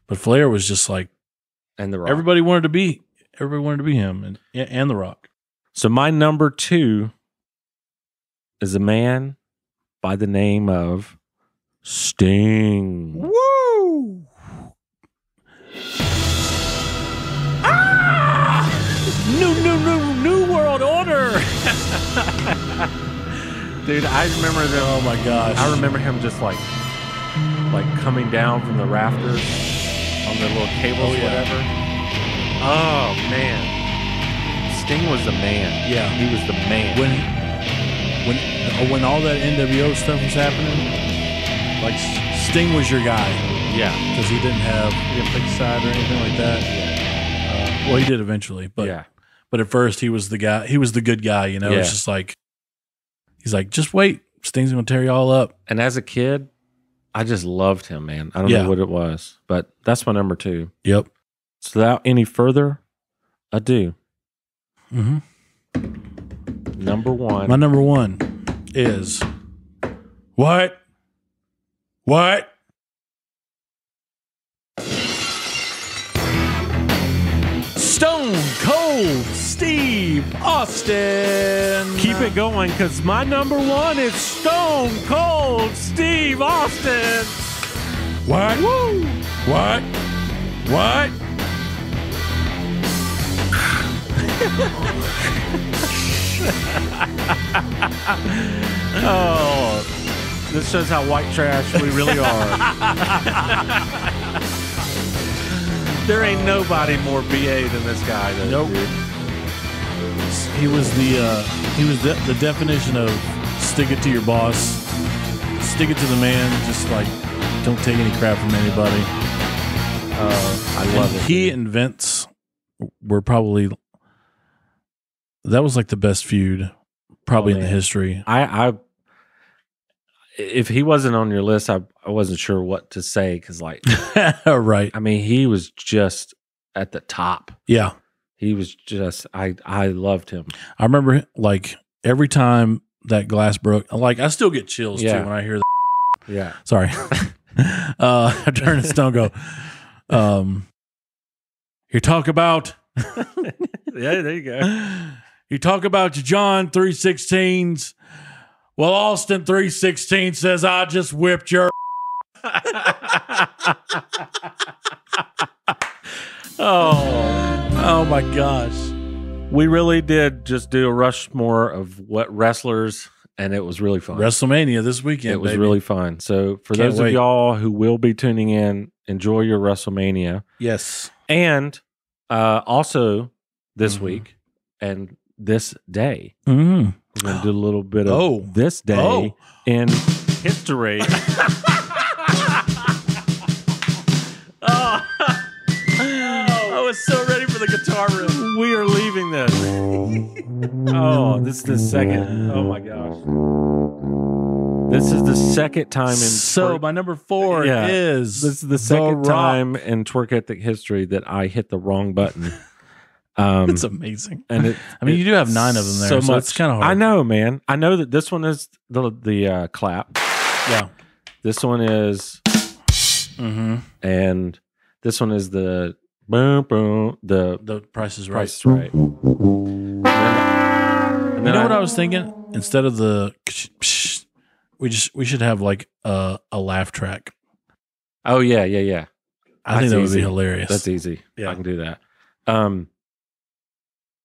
Speaker 2: But Flair was just like
Speaker 1: and the rock.
Speaker 2: everybody wanted to be. Everybody wanted to be him, and yeah, and The Rock.
Speaker 1: so my number two is a man by the name of Sting.
Speaker 2: Woo!
Speaker 1: New, new, new, new world order.
Speaker 2: Oh
Speaker 1: Dude, I remember them.
Speaker 2: Oh my gosh!
Speaker 1: I remember him just like, like coming down from the rafters on the little cables,
Speaker 2: Oh, yeah.
Speaker 1: whatever. Oh man, Sting was the man.
Speaker 2: Yeah.
Speaker 1: he was the man.
Speaker 2: when when uh, when all that NWO stuff was happening, like S- Sting was your guy
Speaker 1: yeah,
Speaker 2: because he didn't have he didn't pick a side or anything like that. Uh, well, he did eventually, but
Speaker 1: yeah,
Speaker 2: but at first he was the guy. He was the good guy, you know.
Speaker 1: Yeah.
Speaker 2: It's just like he's like, just wait, Sting's gonna tear you all up.
Speaker 1: and as a kid, I just loved him, man. I don't
Speaker 2: Yeah.
Speaker 1: know what it was, but that's my number two.
Speaker 2: Yep.
Speaker 1: So without any further ado,
Speaker 2: Mm-hmm.
Speaker 1: number one.
Speaker 2: My number one is what? What? Stone Cold Steve Austin.
Speaker 1: Keep it going because my number one is Stone Cold Steve Austin.
Speaker 2: What? Woo. What? What?
Speaker 1: Oh, this shows how white trash we really are. there ain't nobody more BA than this guy. Though,
Speaker 2: Nope.
Speaker 1: dude.
Speaker 2: He was the uh, he was the, the definition of stick it to your boss, stick it to the man. Just like don't take any crap from anybody.
Speaker 1: I
Speaker 2: And
Speaker 1: love it.
Speaker 2: He
Speaker 1: dude.
Speaker 2: and Vince were probably that was like the best feud probably
Speaker 1: Oh,
Speaker 2: in the
Speaker 1: man.
Speaker 2: history.
Speaker 1: I, I, if he wasn't on your list, I, I wasn't sure what to say because, like,
Speaker 2: right.
Speaker 1: I mean, he was just at the top.
Speaker 2: Yeah.
Speaker 1: He was just, I, I loved him.
Speaker 2: I remember like every time that glass broke, like I still get chills
Speaker 1: Yeah.
Speaker 2: too when I hear that.
Speaker 1: Yeah.
Speaker 2: Sorry. uh I turn to Stone go. Um you talk about
Speaker 1: Yeah, there you go.
Speaker 2: you talk about your John 316s. Well, Austin 316 says I just whipped your
Speaker 1: Oh,
Speaker 2: Oh my gosh.
Speaker 1: we really did just do a Rushmore of what wrestlers, and it was really fun.
Speaker 2: WrestleMania this weekend.
Speaker 1: it was
Speaker 2: baby.
Speaker 1: really fun. So, for
Speaker 2: Can't
Speaker 1: those
Speaker 2: wait.
Speaker 1: of y'all who will be tuning in, enjoy your WrestleMania.
Speaker 2: Yes.
Speaker 1: And uh, also this
Speaker 2: Mhm.
Speaker 1: week and this day,
Speaker 2: Mm.
Speaker 1: we're going to do a little bit of
Speaker 2: Oh.
Speaker 1: this day
Speaker 2: Oh.
Speaker 1: in history. Oh.
Speaker 5: I was so ready for the guitar room.
Speaker 1: we are leaving this. oh, this is the second. Oh my gosh. This is the second time in
Speaker 2: So
Speaker 1: twerk-
Speaker 2: my number four
Speaker 1: Yeah.
Speaker 2: is
Speaker 1: this is the second
Speaker 2: Rock.
Speaker 1: time in twerk ethic history that I hit the wrong button. Um,
Speaker 2: It's amazing.
Speaker 1: and it,
Speaker 2: I mean, you do have
Speaker 1: it's
Speaker 2: nine of them there, so, it's kind of hard.
Speaker 1: I know, man. I know that this one is the the uh, clap.
Speaker 2: Yeah.
Speaker 1: This one is,
Speaker 2: Mm-hmm.
Speaker 1: and this one is the boom boom the
Speaker 2: The price is right.
Speaker 1: price is right. And then, and
Speaker 2: You
Speaker 1: then
Speaker 2: know what I was thinking? Instead of the, ksh- psh, we just we should have like a a laugh track.
Speaker 1: Oh yeah, yeah, yeah.
Speaker 2: I
Speaker 1: That's
Speaker 2: think that would
Speaker 1: easy.
Speaker 2: be hilarious.
Speaker 1: That's easy.
Speaker 2: Yeah.
Speaker 1: I can do that. Um,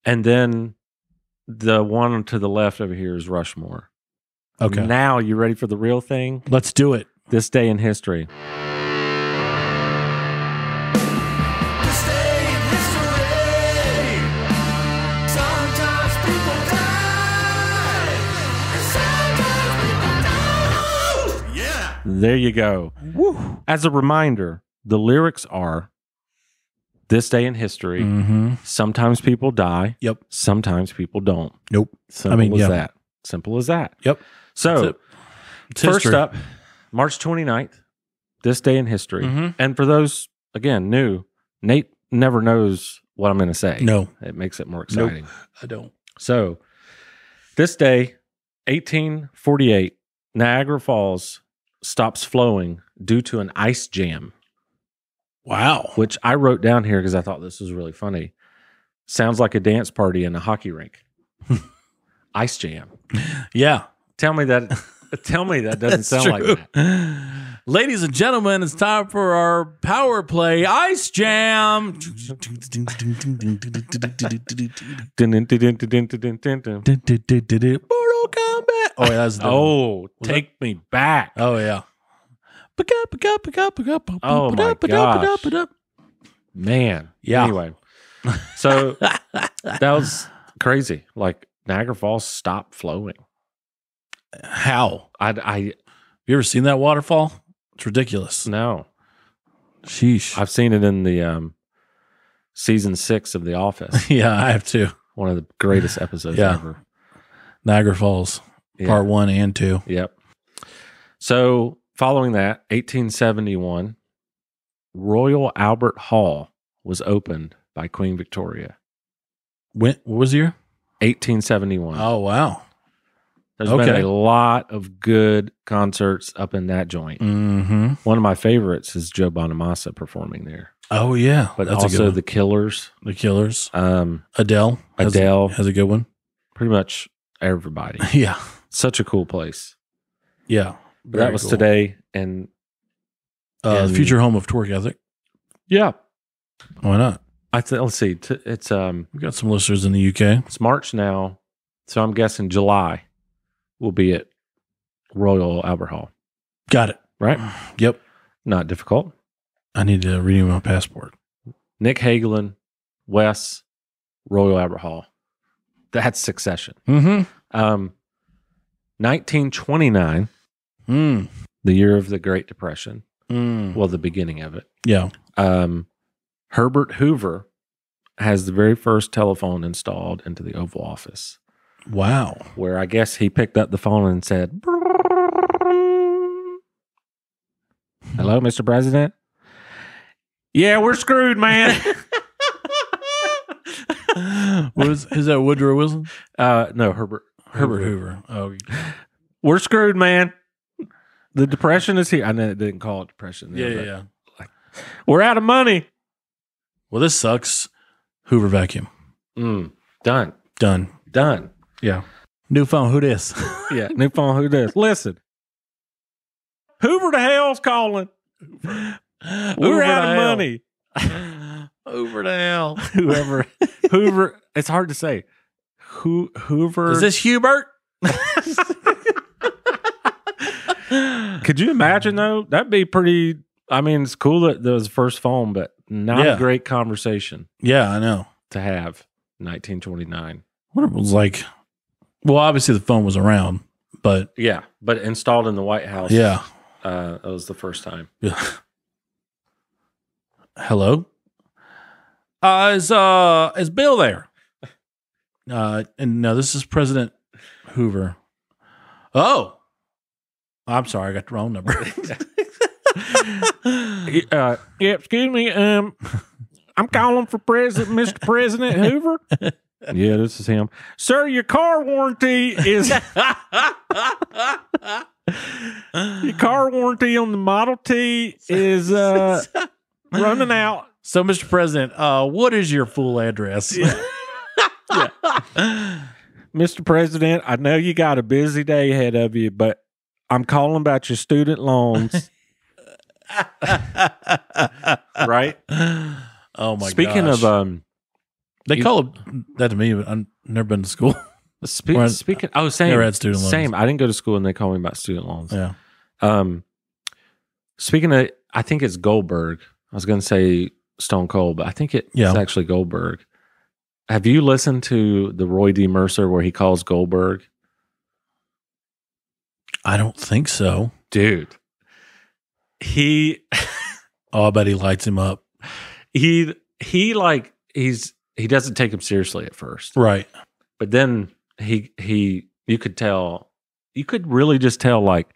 Speaker 1: and then the one to the left over here is Rushmore.
Speaker 2: Okay,
Speaker 1: Now you ready for the real thing?
Speaker 2: let's do it.
Speaker 1: This day in history. There you go. As a reminder, the lyrics are this day in history.
Speaker 2: Mm-hmm.
Speaker 1: Sometimes people die.
Speaker 2: Yep.
Speaker 1: Sometimes people don't.
Speaker 2: Nope.
Speaker 1: Simple
Speaker 2: mean,
Speaker 1: as
Speaker 2: yeah.
Speaker 1: that. Simple as that.
Speaker 2: Yep.
Speaker 1: So,
Speaker 2: That's it. It's
Speaker 1: Oh. First
Speaker 2: history.
Speaker 1: up, March 29th, this day in history.
Speaker 2: Mhm.
Speaker 1: And for those, again, new, Nate never knows what I'm going to say.
Speaker 2: No,
Speaker 1: It makes it more
Speaker 2: Nope.
Speaker 1: exciting.
Speaker 2: I don't.
Speaker 1: So, this day, 1848, Niagara Falls stops flowing due to an ice jam,
Speaker 2: Wow.
Speaker 1: which I wrote down here because I thought this was really funny. Sounds like a dance party in a hockey rink. ice jam.
Speaker 2: Yeah.
Speaker 1: Tell me that. Tell me that doesn't
Speaker 2: That's
Speaker 1: sound
Speaker 2: true.
Speaker 1: like that.
Speaker 2: Ladies and gentlemen, it's time for our power play ice jam.
Speaker 1: Dun-dun-dun-dun-dun-dun-dun-dun.
Speaker 2: Mortal Kombat. Oh, yeah, that's the oh,
Speaker 1: Oh, take me back.
Speaker 2: oh yeah.
Speaker 1: Oh, my gosh. Man.
Speaker 2: Yeah.
Speaker 1: Anyway, so that was crazy. Like Niagara Falls stopped flowing.
Speaker 2: How?
Speaker 1: I, I
Speaker 2: You ever seen that waterfall? It's ridiculous.
Speaker 1: no.
Speaker 2: Sheesh.
Speaker 1: I've seen it in the um, season six of The Office.
Speaker 2: yeah, I have too.
Speaker 1: One of the greatest episodes
Speaker 2: Yeah.
Speaker 1: ever.
Speaker 2: Niagara Falls,
Speaker 1: Yeah.
Speaker 2: part one and two.
Speaker 1: Yep. So following that, 1871, Royal Albert Hall was opened by Queen Victoria.
Speaker 2: When, what was the year?
Speaker 1: 1871.
Speaker 2: Oh, wow.
Speaker 1: There's
Speaker 2: Okay.
Speaker 1: been a lot of good concerts up in that joint.
Speaker 2: Mm-hmm.
Speaker 1: One of my favorites is Joe Bonamassa performing there,
Speaker 2: Oh, yeah.
Speaker 1: but
Speaker 2: That's a good
Speaker 1: also
Speaker 2: one.
Speaker 1: the Killers,
Speaker 2: the Killers.
Speaker 1: um,
Speaker 2: Adele. has a-
Speaker 1: Adele,
Speaker 2: has a good one.
Speaker 1: pretty much everybody.
Speaker 2: Yeah.
Speaker 1: Such a cool place.
Speaker 2: Yeah.
Speaker 1: But
Speaker 2: Very
Speaker 1: that was
Speaker 2: cool.
Speaker 1: today, and
Speaker 2: Uh,
Speaker 1: and-
Speaker 2: future home of Torque Ethic.
Speaker 1: yeah,
Speaker 2: Why not?
Speaker 1: I th- let's see. T- it's um,
Speaker 2: We got some listeners in the UK.
Speaker 1: it's March now, so I'm guessing July will be at Royal Albert Hall.
Speaker 2: Got it.
Speaker 1: Right?
Speaker 2: Yep.
Speaker 1: Not difficult.
Speaker 2: I need to renew my passport.
Speaker 1: Nick Hagelin, Wes, Royal Albert Hall. That's Succession.
Speaker 2: Mm-hmm.
Speaker 1: Um, 1929,
Speaker 2: Mm.
Speaker 1: the year of the Great Depression.
Speaker 2: Mm.
Speaker 1: Well, the beginning of it.
Speaker 2: Yeah.
Speaker 1: Um, Herbert Hoover has the very first telephone installed into the Oval Office,
Speaker 2: Wow.
Speaker 1: where I guess he picked up the phone and said, "Hello, Mr. President." Yeah, we're screwed, man.
Speaker 2: was is that Woodrow Wilson?
Speaker 1: uh, no, Herbert.
Speaker 2: Herbert Hoover. Oh,
Speaker 1: We're screwed, man. The depression is here. I know it didn't call it depression.
Speaker 2: yeah,
Speaker 1: there,
Speaker 2: yeah,
Speaker 1: but
Speaker 2: yeah.
Speaker 1: We're out of money.
Speaker 2: Well, this sucks. Hoover vacuum
Speaker 1: Mm, done.
Speaker 2: done.
Speaker 1: Done.
Speaker 2: New phone. Who this?
Speaker 1: Yeah. New phone. Who does? Listen. Hoover the hell's calling. We're
Speaker 2: Hoover
Speaker 1: out
Speaker 2: to
Speaker 1: of
Speaker 2: hell.
Speaker 1: money.
Speaker 2: Hoover to hell.
Speaker 1: Whoever. Hoover. It's hard to say. Who Hoover?
Speaker 2: Is this Hubert?
Speaker 1: Could you imagine though? That'd be pretty. I mean, it's cool that there was the first phone, but not
Speaker 2: Yeah.
Speaker 1: a great conversation
Speaker 2: Yeah, I know.
Speaker 1: to have. 1929.
Speaker 2: What it was like. Well, obviously the phone was around, but
Speaker 1: Yeah, but installed in the White House.
Speaker 2: yeah.
Speaker 1: uh, that was the first time.
Speaker 2: Hello. Uh, is uh is Bill there? Uh, and no, this is President Hoover. Oh, I'm sorry, I got the wrong number.
Speaker 1: Uh, yeah, excuse me. Um, I'm calling for President, Mr. President Hoover. yeah, this is him, sir. Your car warranty is your car warranty on the Model T is uh, running out.
Speaker 2: so, Mr. President, uh, what is your full address?
Speaker 1: Mr. President, I know you got a busy day ahead of you, but I'm calling about your student loans. right.
Speaker 2: oh my!
Speaker 1: Speaking
Speaker 2: gosh.
Speaker 1: of um,
Speaker 2: they call it that to me, but I've never been to school.
Speaker 1: Spe-
Speaker 2: Or- uh,
Speaker 1: speaking, oh, same.
Speaker 2: Never had student loans.
Speaker 1: Same. I didn't go to school, and they called me about student loans.
Speaker 2: yeah,
Speaker 1: Um, speaking of, I think it's Goldberg. I was going to say Stone Cold, but I think it's
Speaker 2: Yeah.
Speaker 1: actually Goldberg. Have you listened to the Roy D. Mercer where he calls Goldberg?
Speaker 2: I don't think so.
Speaker 1: Dude, he
Speaker 2: Oh, I bet he lights him up.
Speaker 1: he he like he's he doesn't take him seriously at first,
Speaker 2: Right.
Speaker 1: but then he he you could tell you could really just tell like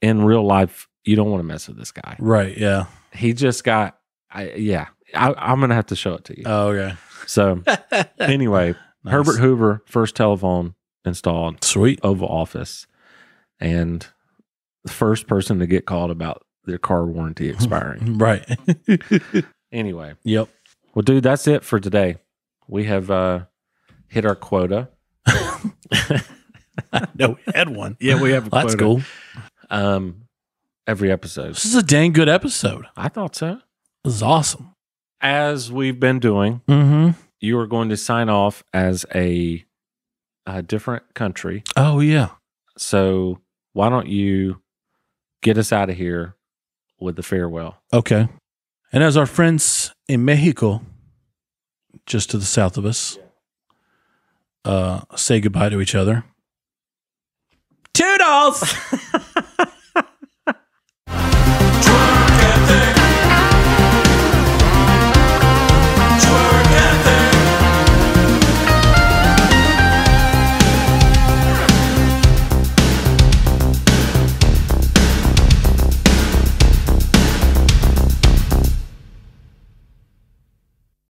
Speaker 1: in real life you don't want to mess with this guy.
Speaker 2: Right. Yeah.
Speaker 1: he just got I, yeah I, I'm gonna have to show it to you.
Speaker 2: Oh, okay.
Speaker 1: so anyway,
Speaker 2: Nice.
Speaker 1: Herbert Hoover first telephone installed
Speaker 2: Sweet.
Speaker 1: Oval Office, and the first person to get called about their car warranty expiring.
Speaker 2: Right.
Speaker 1: anyway,
Speaker 2: yep.
Speaker 1: well, dude, that's it for today. We have uh, hit our quota.
Speaker 2: No, we had one.
Speaker 1: Yeah, we have. A
Speaker 2: That's cool.
Speaker 1: Um, every episode.
Speaker 2: This is a dang good episode.
Speaker 1: I thought so.
Speaker 2: This is awesome.
Speaker 1: As we've been doing,
Speaker 2: Mm-hmm.
Speaker 1: you are going to sign off as a, a different country.
Speaker 2: Oh yeah.
Speaker 1: So why don't you get us out of here with the farewell?
Speaker 2: Okay. And as our friends in Mexico, just to the south of us, uh, say goodbye to each other.
Speaker 7: Toodles!